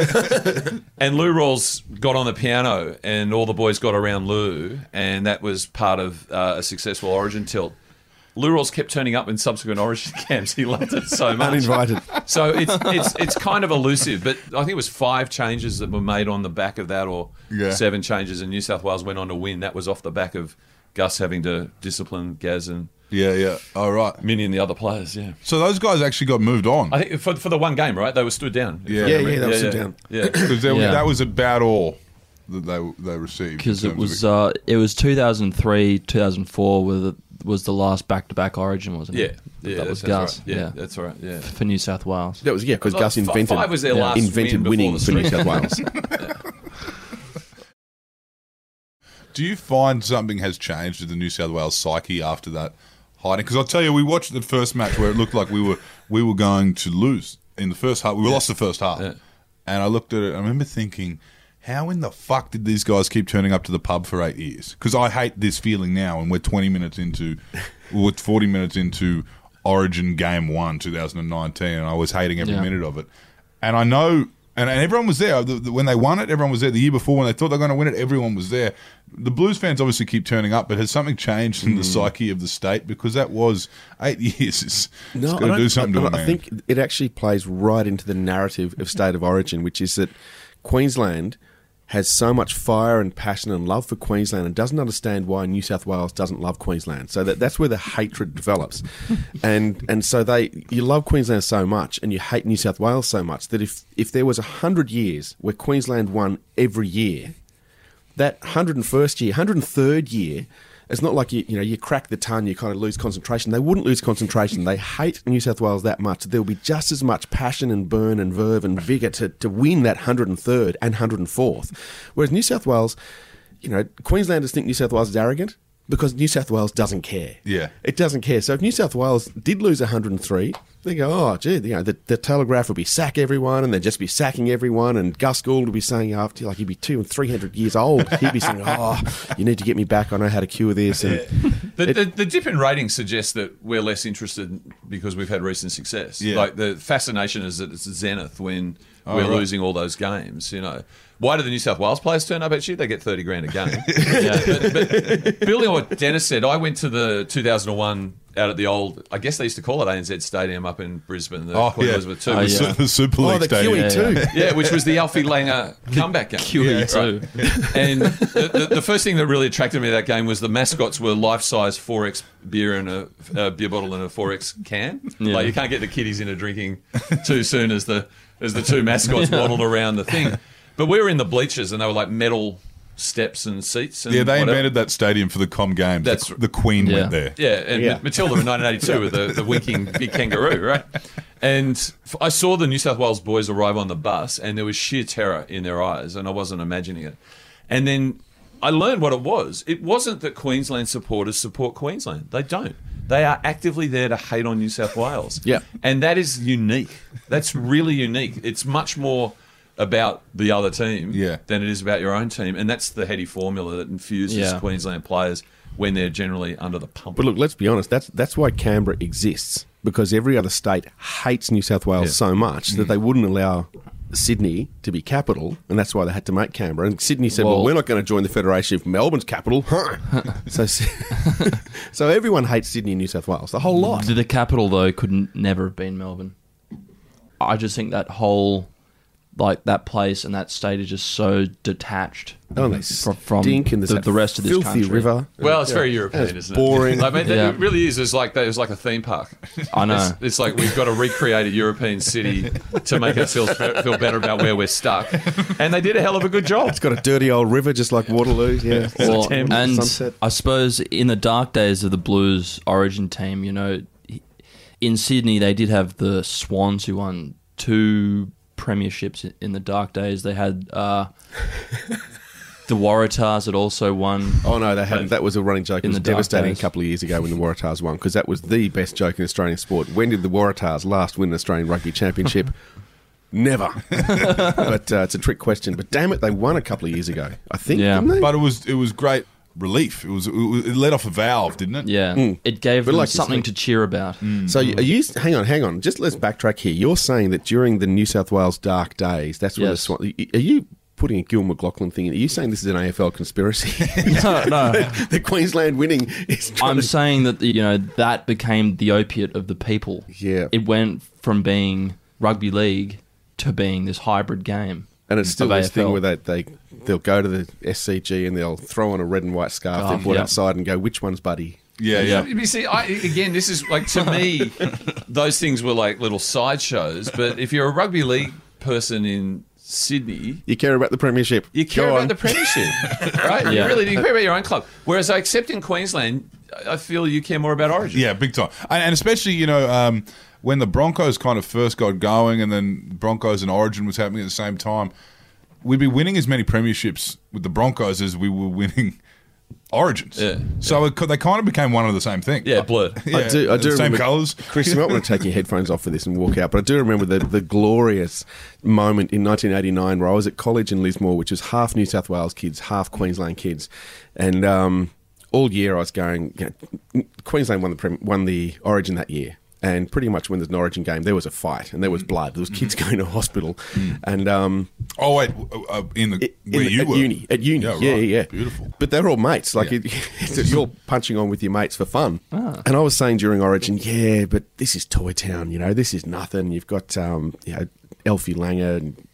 S4: And Lou Rawls got on the piano, and all the boys got around Lou, and that was part of uh, a successful Origin tilt. Lou Rawls kept turning up in subsequent Origin camps. He loved it so much.
S3: Uninvited.
S4: So it's it's it's kind of elusive, but I think it was five changes that were made on the back of that, or
S2: Yeah.
S4: seven changes, and New South Wales went on to win. That was off the back of Gus having to discipline Gaz and
S2: Yeah, yeah. All right.
S4: Minnie and the other players. Yeah,
S2: So those guys actually got moved on.
S4: I think for for the one game, right? They were stood down.
S2: Yeah.
S3: Yeah, yeah, that was
S4: yeah,
S3: sit down.
S4: yeah. Yeah.
S2: Because there-
S1: Yeah.
S2: that was about all that they they received. in
S1: because it
S2: terms
S1: was
S2: of-
S1: uh, it was 2003 2004 where the, was the last back-to-back origin wasn't
S4: Yeah,
S1: it
S4: yeah,
S1: that was
S4: sounds
S1: Gus
S4: Right. Yeah,
S1: yeah,
S4: that's all right. Yeah,
S1: for New South Wales
S3: That was yeah, because
S4: Like,
S3: Gus
S4: fi-
S3: invented
S4: five was their last
S3: invented
S4: win
S3: winning
S4: before
S3: for
S4: the
S3: New South Wales.
S2: Do you find something has changed in the New South Wales psyche after that hiding? Because I'll tell you, we watched the first match where it looked like we were we were going to lose in the first half. We lost the first half,
S4: Yeah.
S2: and I looked at it. I remember thinking. How in the fuck did these guys keep turning up to the pub for eight years? Because I hate this feeling now, and we're twenty minutes into, we're forty minutes into Origin Game One, two thousand and nineteen, and I was hating every
S1: Yeah.
S2: minute of it. And I know, and, and everyone was there The- the- when they won it. Everyone was there the year before when they thought they were going to win it. Everyone was there. The Blues fans obviously keep turning up, but has something changed in the psyche of the state? Because that was eight years. It's,
S3: No, I
S2: going to
S3: don't-
S2: do something
S3: I-
S2: to
S3: I-
S2: a man.
S3: I think it actually plays right into the narrative of state of origin, which is that Queensland has so much fire and passion and love for Queensland and doesn't understand why New South Wales doesn't love Queensland. So that, that's where the hatred develops. And and so they you love Queensland so much and you hate New South Wales so much that if if there was 100 years where Queensland won every year, that 101st year, 103rd year, it's not like you, you know you crack the ton, you kind of lose concentration. They wouldn't lose concentration. They hate New South Wales that much. There'll be just as much passion and burn and verve and vigour to, to win that 103rd and 104th. Whereas New South Wales, you know, Queenslanders think New South Wales is arrogant because New South Wales doesn't care.
S2: Yeah.
S3: It doesn't care. So if New South Wales did lose 103, they go, oh, gee, you know, the, the Telegraph would be sack everyone and they'd just be sacking everyone. And Gus Gould would be saying after, like, he'd be two and 300 years old. He'd be saying, oh, you need to get me back. I know how to cure this. And
S4: The, the, the dip in ratings suggests that we're less interested because we've had recent success.
S2: Yeah.
S4: Like the fascination is that it's zenith when
S2: Oh,
S4: we're
S2: right.
S4: losing all those games. You know, why do the New South Wales players turn up each year? They get thirty grand a game. yeah. but, but building on what Dennis said, I went to the 2001 out at the old. I guess they used to call it ANZ Stadium up in Brisbane. The
S2: oh
S4: Queen
S2: yeah,
S4: Elizabeth II,
S2: the,
S1: Oh,
S4: which-
S2: Su-
S1: yeah.
S2: the Super League
S3: oh, the
S2: stadium.
S3: QE2.
S4: yeah, which was the Alfie Langer comeback game.
S1: QE2
S4: And the, the, the first thing that really attracted me to that game was the mascots were life-size 4X beer and a, a beer bottle and a 4X can.
S1: Yeah.
S4: Like you can't get the kiddies into drinking too soon as the as the two mascots waddled around the thing. But we were in the bleachers and they were like metal steps and seats. And
S2: Yeah, they
S4: whatever.
S2: invented that stadium for the Com Games.
S4: That's-
S2: the, the Queen
S1: Yeah.
S2: went there.
S4: Yeah, and
S3: Yeah.
S4: Ma- Matilda in 1982 with the, the winking big kangaroo, right? And f- I saw the New South Wales boys arrive on the bus, and there was sheer terror in their eyes, and I wasn't imagining it. And then I learned what it was. It wasn't that Queensland supporters support Queensland, they don't. They are actively there to hate on New South Wales.
S3: Yeah.
S4: And that is unique. That's really unique. It's much more about the other team
S2: Yeah.
S4: than it is about your own team. And that's the heady formula that infuses
S1: Yeah.
S4: Queensland players when they're generally under the pump.
S3: But look, let's be honest. That's that's why Canberra exists because every other state hates New South Wales so much
S1: Mm.
S3: that they wouldn't allow Sydney to be capital, and that's why they had to make Canberra. And Sydney said, "Well,
S1: Well-
S3: we're not going to join the federation if Melbourne's capital." Huh. so, so everyone hates Sydney, and New South Wales, the whole lot.
S1: The, the capital though could n- never have been Melbourne. I just think that whole, like that place and that state is just so detached
S3: Oh, they
S1: fro-
S3: stink, and there's
S1: the,
S3: that
S1: the rest of this
S3: filthy
S1: country.
S3: river.
S4: Well, it's very European, isn't it?
S3: boring.
S4: I mean,
S1: Yeah.
S4: it really is. It's like it's like a theme park.
S1: I know.
S4: It's, it's like we've got to recreate a European city to make ourselves fe- feel better about where we're stuck, and they did a hell of a good job.
S3: It's got a dirty old river, just like Waterloo. Yeah,
S1: Well,
S3: September,
S1: and
S3: sunset.
S1: I suppose in the dark days of the Blues origin team, you know, in Sydney they did have the Swans who won two premierships i- in the dark days. They had uh, the Waratahs that also won.
S3: Oh no, they hadn't. That was a running joke. It
S1: In
S3: was
S1: the dark
S3: devastating a
S1: days.
S3: couple of years ago when the Waratahs won because that was the best joke in Australian sport. When did the Waratahs last win an Australian rugby championship? Never. but uh, it's a trick question. But damn it, they won a couple of years ago. I think.
S1: Yeah.
S3: Didn't they?
S2: But it was it was great relief. It was it, it let off a valve, didn't it?
S1: Yeah,
S3: Hmm.
S1: it gave
S3: But
S1: them
S3: like you
S1: something
S3: said-
S1: to cheer about.
S2: Hmm.
S3: So you, are you? Hang on, hang on. Just let's backtrack here. You're saying that during the New South Wales dark days, that's when
S1: Yes.
S3: the Swan. Are you putting a Gil McLaughlin thing in? Are you saying this is an AFL conspiracy?
S1: no, no.
S3: the Queensland winning is. trying
S1: I'm
S3: to-
S1: saying that the, you know that became the opiate of the people.
S3: Yeah.
S1: it went from being rugby league to being this hybrid game.
S3: And it's still
S1: of
S3: this thing
S1: AFL.
S3: where they, they they'll go to the SCG and they'll throw on a red and white scarf
S1: Scarf,
S4: Oh,
S3: they've bought
S1: yeah.
S3: outside and go, which one's Buddy?
S2: Yeah, yeah.
S4: You see, I, again, this is like to me, those things were like little sideshows. But if you're a rugby league person in Sydney,
S3: You care about the premiership.
S4: you care
S3: Go
S4: about
S3: on.
S4: the premiership, right? You
S1: Yeah.
S4: really do. You care about your own club. Whereas, I accept in Queensland, I I feel you care more about Origin.
S2: Yeah, big time. And, and especially, you know, um, when the Broncos kind of first got going and then Broncos and Origin was happening at the same time, we'd be winning as many premierships with the Broncos as we were winning Origins.
S4: Yeah,
S2: so It, co- they kind of became one of the same thing.
S4: yeah, blur.
S3: I do- I do
S2: Same
S3: remember-
S2: colours.
S3: Chris, you might want to take your headphones off for this and walk out. But I do remember the, the glorious moment in 1989 where I was at college in Lismore, which is half New South Wales kids, half Queensland kids, and um, all year I was going. You know, Queensland won the prem, won the Origin that year, and pretty much when there's an Origin game, there was a fight and there
S2: Mm.
S3: was blood. There was kids going to hospital, and um,
S2: Oh, wait, w- uh, in the
S3: in-
S2: Mm. where you
S3: at
S2: were.
S3: uni, at uni, yeah,
S2: right.
S3: yeah, yeah,
S2: Beautiful.
S3: But they're all mates. Like it, it's- you're punching on with your mates for fun. And I was saying during Origin, yeah, but this is Toy Town. You know, this is nothing. You've got um, you know, Elfie Langer and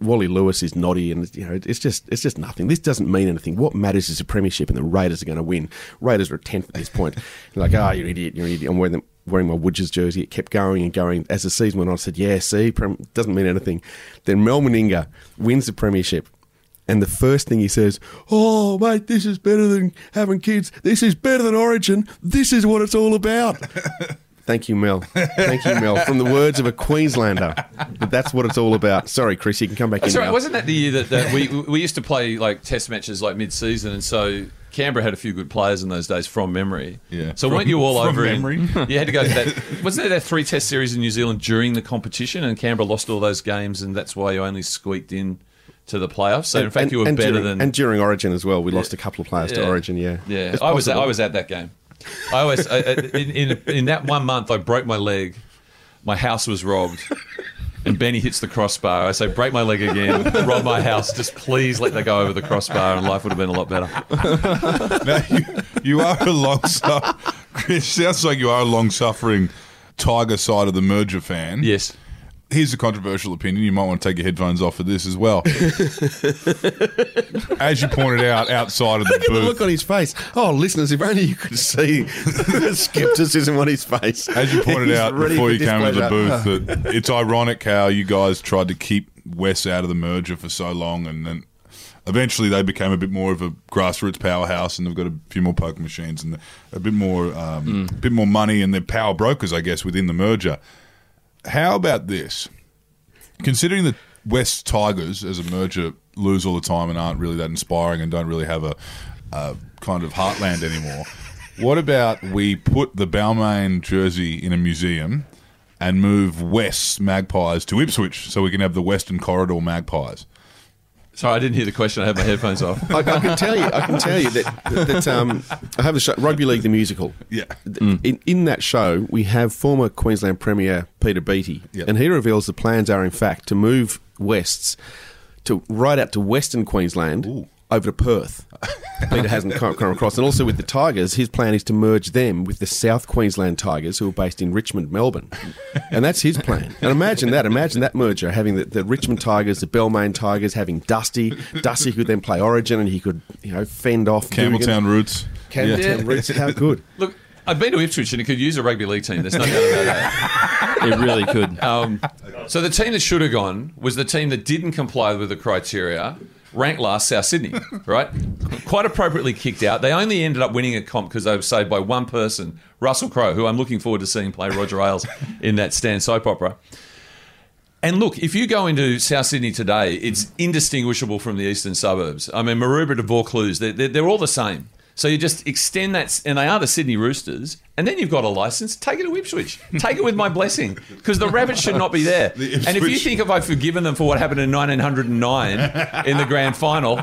S3: Wally Lewis is naughty, and you know, it's just it's just nothing. This doesn't mean anything. What matters is the premiership, and the Raiders are going to win. Raiders are at tenth at this point. You're like, oh, you're an idiot, you're an idiot. I'm wearing them. Wearing my Woodges jersey, it kept going and going. As the season went on, I said, "Yeah, see, prem- doesn't mean anything." Then Mel Meninga wins the premiership, and the first thing he says, Oh, mate, this is better than having kids. This is better than Origin. This is what it's all about. Thank you, Mel. Thank you, Mel. From the words of a Queenslander, that that's what it's all about. Sorry, Chris, you can come back in.
S4: That's right.
S3: now.
S4: Wasn't that the year that, that we we used to play like test matches like mid season, and so Canberra had a few good players in those days from memory.
S2: Yeah.
S4: So
S2: From-
S4: weren't you all
S2: from
S4: over? in-
S2: memory.
S4: you had to go to that. Wasn't there that three test series in New Zealand during the competition, and Canberra lost all those games, and that's why you only squeaked in to the playoffs. So in fact, you were better
S3: during,
S4: than
S3: And during Origin as well, we lost a couple of players to
S4: Yeah.
S3: Origin, yeah.
S4: Yeah,
S3: It's
S4: I was
S3: possible.
S4: I was at that game. I always I, I- in, in in that one month I broke my leg. My house was robbed. And Benny hits the crossbar. I say, break my leg again, rob my house. Just please let that go over the crossbar, and life would have been a lot better.
S2: Now, you, you are a long suffering. Chris, sounds like you are a long suffering Tiger side of the merger fan.
S4: Yes.
S2: here's a controversial opinion. You might want to take your headphones off for this as well. as you pointed out, outside of the
S3: Look at the look
S2: booth,
S3: on his face. Oh, listeners, if only you could see the skepticism on his face.
S2: as you pointed
S3: He's
S2: out
S3: ready
S2: before
S3: for
S2: you came into the
S3: displeasure.
S2: booth, that it's ironic how you guys tried to keep Wes out of the merger for so long, and then eventually they became a bit more of a grassroots powerhouse, and they've got a few more poker machines and a bit more, um,
S3: Mm.
S2: bit more money, and they're power brokers, I guess, within the merger. How about this? considering the West Tigers as a merger lose all the time and aren't really that inspiring and don't really have a, a kind of heartland anymore, what about we put the Balmain jersey in a museum and move West Magpies to Ipswich so we can have the Western Corridor Magpies?
S4: Sorry, I didn't hear the question. I had my headphones off.
S3: I, I can tell you, I can tell you that that um, I have the show, rugby league the musical.
S2: Yeah.
S3: Th-
S2: Hmm.
S3: In, in that show, we have former Queensland Premier Peter Beattie,
S2: Yep.
S3: and he reveals the plans are in fact to move Wests to right out to Western Queensland
S2: Ooh.
S3: over to Perth. Peter hasn't come, come across, and also with the Tigers, his plan is to merge them with the South Queensland Tigers, who are based in Richmond, Melbourne, and that's his plan. And imagine that! Imagine that merger, having the, the Richmond Tigers, the Belmain Tigers, having Dusty, Dusty could then play Origin, and he could you know fend off
S2: Campbelltown roots.
S3: Campbelltown Roots. How good!
S4: Look, I've been to Ipswich, and it could use a rugby league team. There's no doubt about that.
S1: It really could.
S4: Um, so the team that should have gone was the team that didn't comply with the criteria, ranked last South Sydney, right? Quite appropriately kicked out. They only ended up winning a comp because they were saved by one person, Russell Crowe, who I'm looking forward to seeing play Roger Ailes in that Stan soap opera. And look, if you go into South Sydney today, it's indistinguishable from the eastern suburbs. I mean, Maroubra to Vaucluse, they're, they're, they're all the same. So you just extend that, and they are the Sydney Roosters, and then you've got a license. Take it to Ipswich. Take it with my blessing, because the rabbits should not be there.
S2: The
S4: and if you
S2: Ipswich-
S4: think if I've forgiven them for what happened in 1909 in the grand final,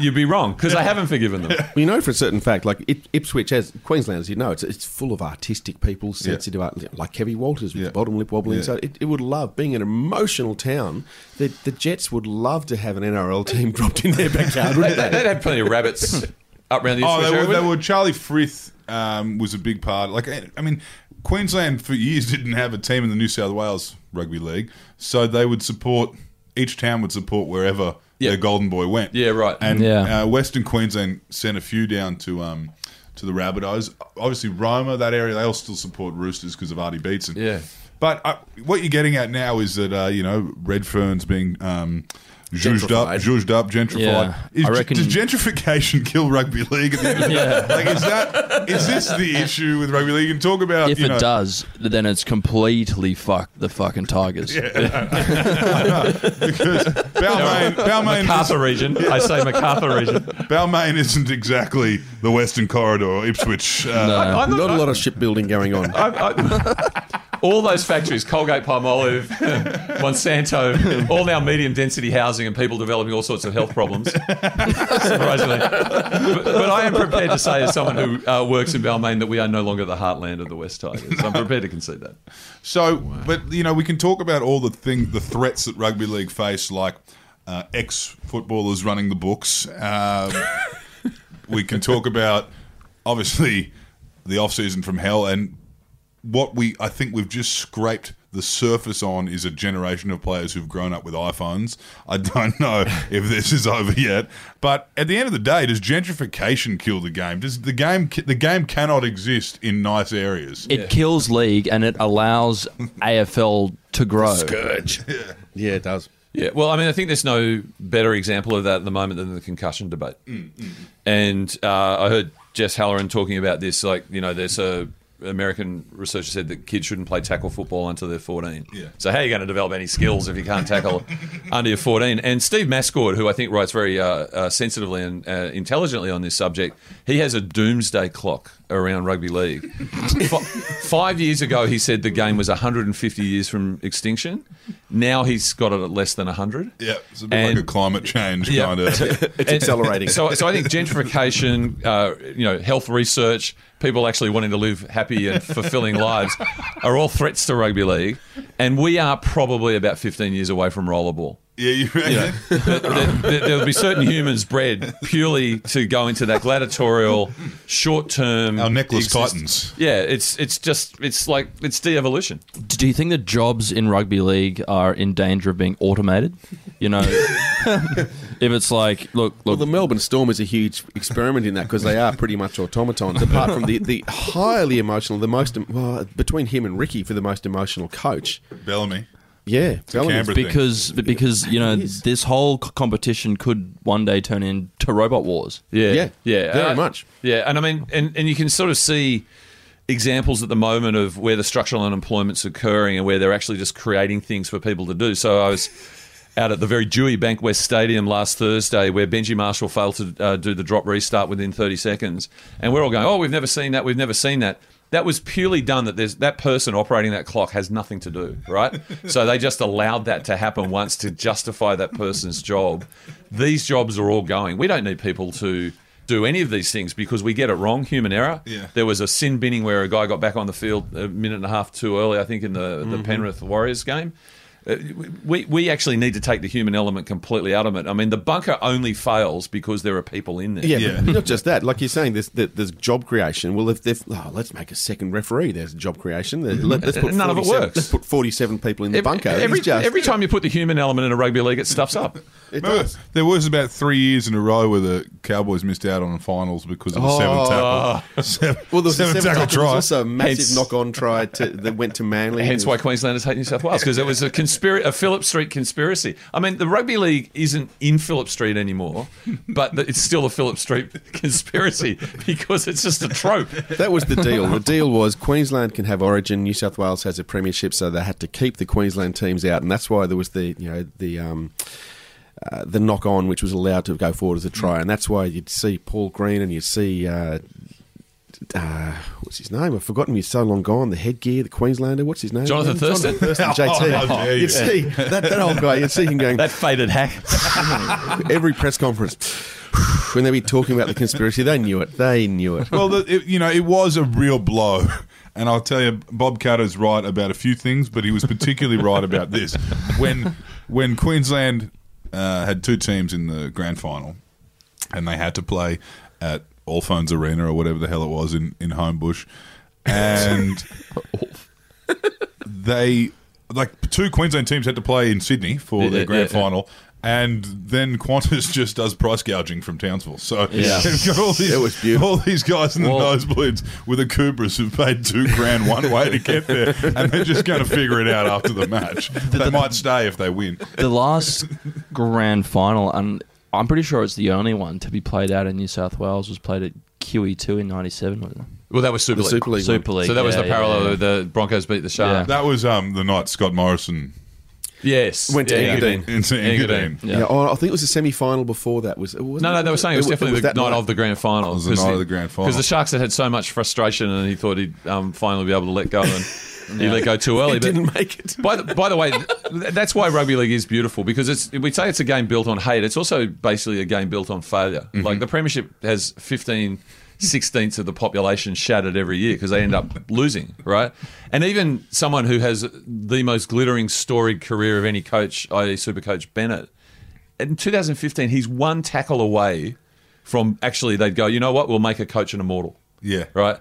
S4: you'd be wrong, because I haven't forgiven them.
S3: Well, you know for a certain fact, like Ip- Ipswich, as Queensland, as you know, it's, it's full of artistic people, sensitive art, like Kevin Walters with
S2: Yeah.
S3: the bottom lip wobbling.
S2: Yeah.
S3: So it, it would love being an emotional town. The, the Jets would love to have an NRL team dropped in their backyard,
S4: They,
S3: wouldn't
S4: they,
S3: they?
S4: they'd had plenty of rabbits up around the
S2: Oh,
S4: Ipswich
S2: they
S4: area,
S2: were, they
S4: wouldn't
S2: were. Charlie Frith um, was a big part. Like, I I mean, Queensland for years didn't have a team in the New South Wales Rugby League, so they would support each town would support wherever
S4: Yeah.
S2: their golden boy went.
S4: Yeah, right.
S2: And
S1: Yeah.
S2: Uh, Western Queensland sent a few down to um, to the Rabbitohs. Obviously, Roma, that area, they all still support Roosters because of Artie Beetson.
S4: Yeah.
S2: But uh, what you're getting at now is that, uh, you know, Redfern's being. Um, Zhuzhed up,
S3: Gentrified.
S2: zhuzhed up, gentrified.
S1: Yeah,
S2: Is,
S1: I reckon-
S2: does gentrification kill rugby league? At the end of the
S1: Yeah.
S2: Like, is that is this the issue with rugby league? And talk about
S1: If
S2: you
S1: it
S2: know,
S1: does, then it's completely fuck the fucking Tigers.
S2: because Balmain, Balmain,
S4: MacArthur region. I say MacArthur region.
S2: Balmain isn't exactly the Western Corridor, Ipswich. Uh,
S1: No.
S4: I'm
S3: Not a lot of shipbuilding going on.
S4: I, I, all those factories, Colgate, Palmolive, Monsanto, all now medium density housing and people developing all sorts of health problems. Surprisingly. But, but I am prepared to say, as someone who uh, works in Balmain, that we are no longer the heartland of the West Tigers. I'm prepared to concede that.
S2: So, but you know, we can talk about all the thing, the threats that rugby league face, like uh, ex footballers running the books. Um, we can talk about obviously the off season from hell, and what we I think we've just scraped the surface on is a generation of players who've grown up with iPhones. I don't know if this is over yet, but at the end of the day, does gentrification kill the game? Does the game the game cannot exist in nice areas?
S1: It kills league and it allows AFL to grow.
S3: Scourge. Yeah, it does.
S4: Yeah, well, I mean, I think there's no better example of that at the moment than the concussion debate. And uh, I heard Jess Halloran talking about this. Like, you know, there's a American researcher said that kids shouldn't play tackle football until they're 14.
S2: Yeah.
S4: So how are you going to develop any skills if you can't tackle under your 14? And Steve Mascord, who I think writes very uh, uh, sensitively and uh, intelligently on this subject, he has a doomsday clock around rugby league. F- five years ago, he said the game was 150 years from extinction. Now he's got it at less than 100.
S2: Yeah, it's a bit
S4: And-
S2: like a climate change
S4: Yeah.
S2: kind of.
S3: It's accelerating.
S4: So, so I think gentrification, uh, you know, health research, people actually wanting to live happy and fulfilling lives, are all threats to rugby league, and we are probably about 15 years away from rollerball.
S2: yeah, you reckon?
S4: There- there, there'll be certain humans bred purely to go into that gladiatorial, short-term.
S2: Our necklace
S4: exist-
S2: titans.
S4: Yeah, it's it's just it's like it's de-evolution.
S1: Do you think that jobs in rugby league are in danger of being automated? You know, if it's like, look,
S3: Well,
S1: look,
S3: the Melbourne Storm is a huge experiment in that because they are pretty much automatons. Apart from the, the highly emotional, the most well between him and Ricky for the most emotional coach.
S2: Bellamy.
S3: Yeah, Bellamy.
S2: Canberra thing.
S1: because because you know
S3: It is.
S1: this whole c- competition could one day turn into robot wars.
S4: Yeah,
S3: Yeah,
S4: yeah,
S3: very
S4: Uh,
S3: much.
S4: Yeah, and I mean, and, and you can sort of see examples at the moment of where the structural unemployment's occurring and where they're actually just creating things for people to do. So I was out at the very Dewey Bankwest Stadium last Thursday where Benji Marshall failed to uh, do the drop restart within 30 seconds, and we're all going, "Oh, we've never seen that. We've never seen that." That was purely done that there's that person operating that clock has nothing to do, right? so they just allowed that to happen once to justify that person's job. These jobs are all going. We don't need people to do any of these things because we get it wrong. Human error.
S2: Yeah.
S4: There was a sin binning where a guy got back on the field a minute and a half too early, I think, in the, the Penrith Warriors game. Uh, We, we actually need to take the human element completely out of it. I mean, the bunker only fails because there are people in there.
S3: Yeah,
S2: Yeah.
S3: But not just that. Like you're saying, there's there- there's job creation. Well, if, if oh, let's make a second referee, there's job creation. There- Let, us put
S4: Mm-hmm. None of it
S3: 47
S4: works.
S3: Let's put 47 people in the
S4: Ev-
S3: bunker.
S4: Every,
S3: It's just-
S4: every time you put the human element in a rugby league, it stuffs up.
S3: it
S2: Remember,
S3: does.
S2: there was about three years in a row where the Cowboys missed out on the finals because of the
S4: Oh.
S2: seven tackle, seven,
S3: Well, there was a
S2: seven,
S3: seven
S2: tackle
S3: tackle, there was
S2: try.
S3: also a massive
S4: Hence-
S3: knock-on try to, that went to Manly.
S4: Hence why Queenslanders hate New South Wales because it was a conspira- a Phillip Street conspiracy. I mean, the rugby league isn't in Phillip Street anymore, but th- it's still a Phillip Street conspiracy because it's just a trope.
S3: That was the deal. The deal was Queensland can have Origin, New South Wales has a premiership, so they had to keep the Queensland teams out, and that's why there was the you know the um, uh, the knock on which was allowed to go forward as a try, and that's why you'd see Paul Green and you'd see. Uh, uh, what's his name? I've forgotten. He's so long gone. The headgear, the Queenslander. What's his name?
S4: Jonathan Thurston?
S3: Thurston, JT.
S2: Oh, yeah,
S3: you'd
S2: yeah.
S3: see that, that old guy. You'd see him going
S4: That faded hack.
S3: every press conference when they be talking about the conspiracy. They knew it. They knew it.
S2: well, the, it, you know, it was a real blow. And I'll tell you, Bob Catter's right about a few things, but he was particularly right about this. When when Queensland uh, had two teams in the grand final, and they had to play at All Phones Arena or whatever the hell it was in in Homebush, and they like two Queensland teams had to play in Sydney for
S4: Yeah,
S2: their
S4: yeah,
S2: grand
S4: yeah.
S2: final, And then Qantas just does price gouging from Townsville. So
S1: Yeah.
S2: you've got all these,
S3: It was beautiful.
S2: all these guys in the
S4: Well-
S2: nosebleeds with a Cubras who've paid two grand one way to get there, and they're just going to figure it out after the match. They might stay if they win.
S1: the last grand final, and I'm pretty sure it's the only one to be played out in New South Wales, was played at QE2 in '97, wasn't it?
S4: Well, that was Super
S3: The
S4: League.
S3: Super League. one.
S1: Super League.
S4: So that was
S1: yeah,
S4: the
S1: yeah,
S4: parallel.
S1: yeah.
S4: The Broncos beat the Sharks.
S2: That was um, the night Scott Morrison
S4: Yes.
S3: Went to Engadine.
S2: into Engadine.
S1: Yeah.
S3: Yeah. oh, I think it was the semi-final before that. Was it, wasn't
S4: No, no,
S3: it?
S4: they were saying it was definitely
S3: that
S4: the night of the grand final.
S2: It was the night of the grand final.
S4: Because the Sharks had had so much frustration and he thought he'd um, finally be able to let go and he let go too early.
S3: It
S4: but-
S3: didn't make it.
S4: By the, by the way, th- that's why rugby league is beautiful because it's we say it's a game built on hate. It's also basically a game built on failure.
S2: Mm-hmm.
S4: Like the Premiership has 15 sixteenths of the population shattered every year because they end up losing, right? And even someone who has the most glittering storied career of any coach, i.e., Supercoach Bennett, in 2015 he's one tackle away from actually they'd go, you know what, we'll make a coach an immortal,
S2: Yeah.
S4: right?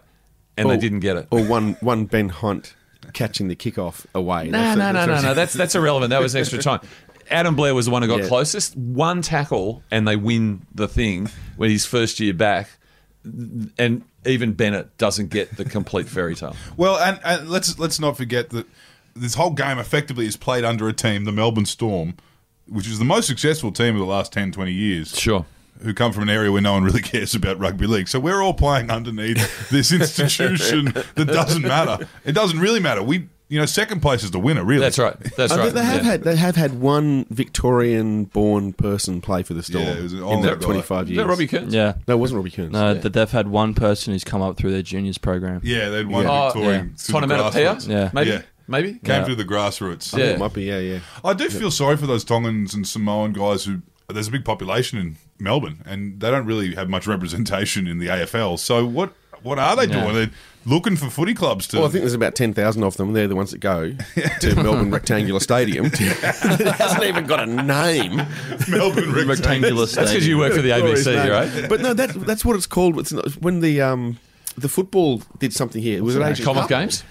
S4: And
S3: Or-
S4: they didn't get it.
S3: Or one one Ben Hunt catching the kickoff away.
S4: No,
S3: That's-
S4: no, no,
S3: that's-
S4: no, no. That's that's irrelevant. That was extra time. Adam Blair was the one who got
S3: Yeah.
S4: closest. One tackle, and they win the thing when his first year back. And even Bennett doesn't get the complete fairy tale.
S2: Well, and, and let's let's not forget that this whole game effectively is played under a team, the Melbourne Storm, which is the most successful team of the last 10, 20 years.
S4: Sure.
S2: Who come from an area where no one really cares about rugby league. So we're all playing underneath this institution that doesn't matter. It doesn't really matter. We, you know, second place is the winner, really.
S4: That's right. That's
S3: I
S4: right.
S3: think they have
S4: Yeah.
S3: had they have had one Victorian-born person play for the Storm
S2: Yeah, it was an
S3: in
S2: old
S3: that
S2: guy.
S3: 25
S4: Is
S3: years.
S4: that Robbie Kearns?
S1: Yeah.
S3: No, it wasn't Robbie Kearns.
S1: No, that they've had one person who's come up through their juniors program.
S2: Yeah, they'd won
S4: Oh,
S2: Victorian.
S1: yeah.
S2: through the
S4: Tonomatopea?
S2: grassroots.
S1: Yeah.
S4: Maybe.
S2: Yeah.
S4: Maybe.
S2: Came
S1: Yeah.
S2: through the grassroots.
S4: Yeah.
S3: It might be. Yeah, yeah.
S2: I do feel sorry for those Tongans and Samoan guys who there's a big population in Melbourne and they don't really have much representation in the AFL. So what what are they
S1: Yeah.
S2: doing? They're looking for footy clubs to
S3: Well, I think there's about 10,000 of them. They're the ones that go to Melbourne Rectangular Stadium. it hasn't even got a name.
S2: Melbourne
S1: Rectangular
S2: rectangulars.
S4: That's because
S1: stadium.
S4: you work for the
S3: Glorious
S4: ABC,
S3: name.
S4: right?
S3: But no, that's that's what it's called. It's not, when the um, the football did something here. It was an Asian
S4: Commonwealth
S3: Cup.
S4: Games.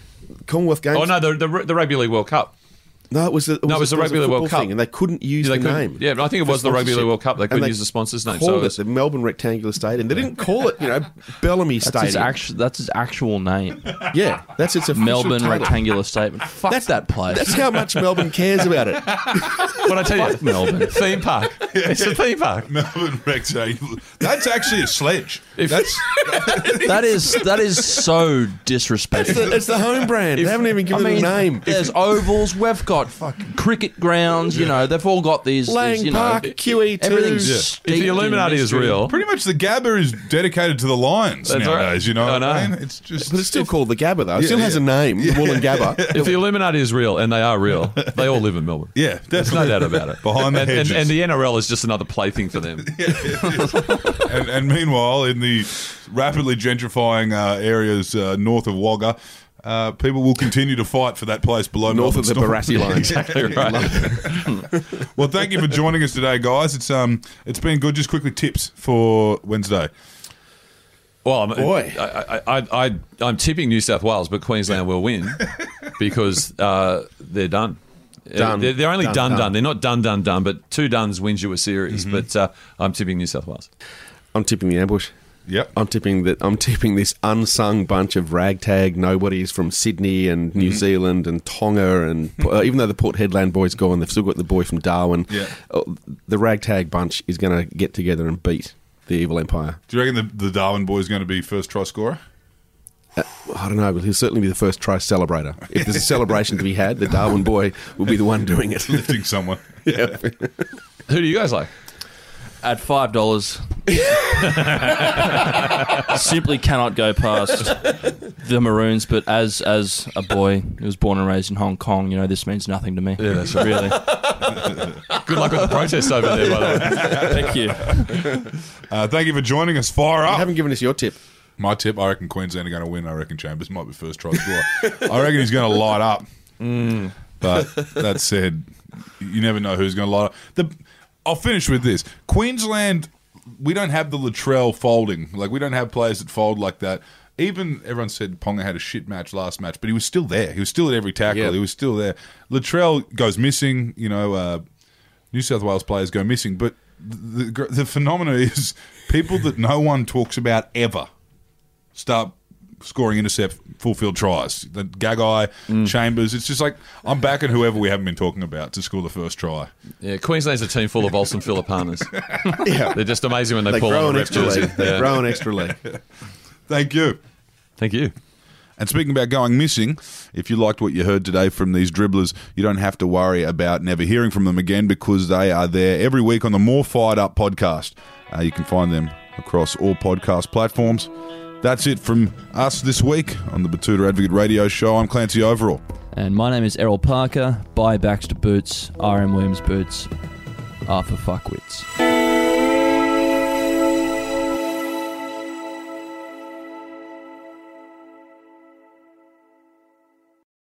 S3: Commonwealth Games.
S4: Oh no, the, the the Rugby League World Cup.
S3: no, it was the,
S4: No, it was the
S3: there
S4: Rugby League
S3: football
S4: World Cup.
S3: thing, and they couldn't use
S4: They
S3: the
S4: couldn't-
S3: name.
S4: yeah, but I think it
S3: for
S4: was the Rugby
S3: sponsorship.
S4: League World Cup. They
S3: And
S4: couldn't use the sponsor's name, so
S3: Called
S4: it
S3: it
S4: was-
S3: the Melbourne Rectangular Stadium. They didn't call it, you know, Bellamy
S1: That's his,
S3: Stadium.
S1: actual, that's his actual name.
S3: yeah, that's its official
S1: Melbourne
S3: title.
S1: Rectangular Statement. Fuck that place.
S3: That's how much Melbourne cares about it.
S4: What I tell you,
S1: Melbourne.
S4: theme park. It's a theme park.
S2: Melbourne rectangular. That's actually a sledge. That's
S1: that is that is so disrespectful.
S3: It's the, it's the home brand. they haven't even given it a name.
S1: There's ovals. We've got fucking cricket grounds. You know, they've all got these.
S3: Lang
S1: these, you know,
S3: Park,
S1: E
S3: QE2.
S1: Everything's
S3: Yeah.
S1: steeped
S4: If the
S1: in
S4: Illuminati is
S1: mystery.
S4: real,
S2: pretty much the Gabba is dedicated to the Lions
S4: That's right.
S2: nowadays. You know, what
S4: I
S2: I
S4: know.
S2: mean? it's just
S3: But it's still called the Gabba, though. It still has a name, the Woolen Gabba.
S4: if the Illuminati is real, and they are real, they all live in Melbourne.
S2: yeah,
S4: There's no
S2: definitely.
S4: doubt about it.
S2: Behind the
S4: and, and,
S2: hedges.
S4: and the NRL is just another plaything for them.
S2: and, and meanwhile, in the rapidly gentrifying uh, areas uh, north of Wagga, uh, people will continue to fight for that place below
S3: North of the
S2: Melbourne Storm.
S3: Barassi line.
S4: Exactly right.
S2: Well, thank you for joining us today, guys. It's um, it's been good. Just quickly, tips for Wednesday.
S4: Well, I'm,
S3: Boy.
S4: I, I, I, I, I'm tipping New South Wales, but Queensland will win because uh, they're done.
S3: Done.
S4: They're, they're only
S3: Done,
S4: done, done,
S3: done.
S4: They're not done, done, done. But two duns wins you a series.
S2: Mm-hmm.
S4: But uh, I'm tipping New South Wales.
S3: I'm tipping the ambush.
S2: Yep.
S3: I'm tipping that. I'm tipping this unsung bunch of ragtag nobodies from Sydney and
S2: Mm-hmm.
S3: New Zealand and Tonga, and uh, even though the Port Headland boy's gone, they've still got the boy from Darwin.
S2: Yeah.
S3: Uh, the ragtag bunch is going to get together and beat the evil empire.
S2: Do you reckon the, the Darwin boy is going to be first try scorer?
S3: Uh, I don't know, but he'll certainly be the first try celebrator. If there's a celebration to be had, the Darwin boy will be the one doing it.
S2: Lifting someone.
S3: Yeah.
S4: Who do you guys like?
S1: at five dollars. Simply cannot go past the Maroons, but as as a boy who was born and raised in Hong Kong, you know this means nothing to me. Yeah, that's really.
S4: Good luck with the protest over there, by the way.
S1: Thank you.
S2: Uh, thank you for joining us. Fire
S3: You
S2: up.
S3: haven't given us your tip.
S2: My tip: I reckon Queensland are going to win. I reckon Chambers might be first try scorer. I reckon he's going to light up. But that said, you never know who's going to light up. The, I'll finish with this: Queensland. We don't have the Latrell folding. Like we don't have players that fold like that. Even everyone said Ponga had a shit match last match, but he was still there. He was still at every tackle.
S3: Yeah.
S2: He was still there. Latrell goes missing. You know. Uh, New South Wales players go missing, but the, the, the phenomenon is people that no one talks about ever start scoring intercept full field tries. The Gagai, Chambers, it's just like I'm backing whoever we haven't been talking about to score the first try.
S4: Yeah, Queensland's a team full of Olsen Filipinas.
S3: Yeah.
S4: They're just amazing when they,
S3: They
S4: pull
S3: grow an
S4: on a rep
S3: extra
S4: jersey.
S3: leg. They
S4: Yeah.
S3: grow an extra leg.
S2: Thank you.
S4: Thank you.
S2: And speaking about going missing, if you liked what you heard today from these dribblers, you don't have to worry about never hearing from them again because they are there every week on the More Fired Up podcast. Uh, you can find them across all podcast platforms. That's it from us this week on the Batuta Advocate Radio Show. I'm Clancy Overall.
S1: And my name is Errol Parker. Buy Baxter Boots, RM Williams Boots, Arthur Ah, Fuckwits.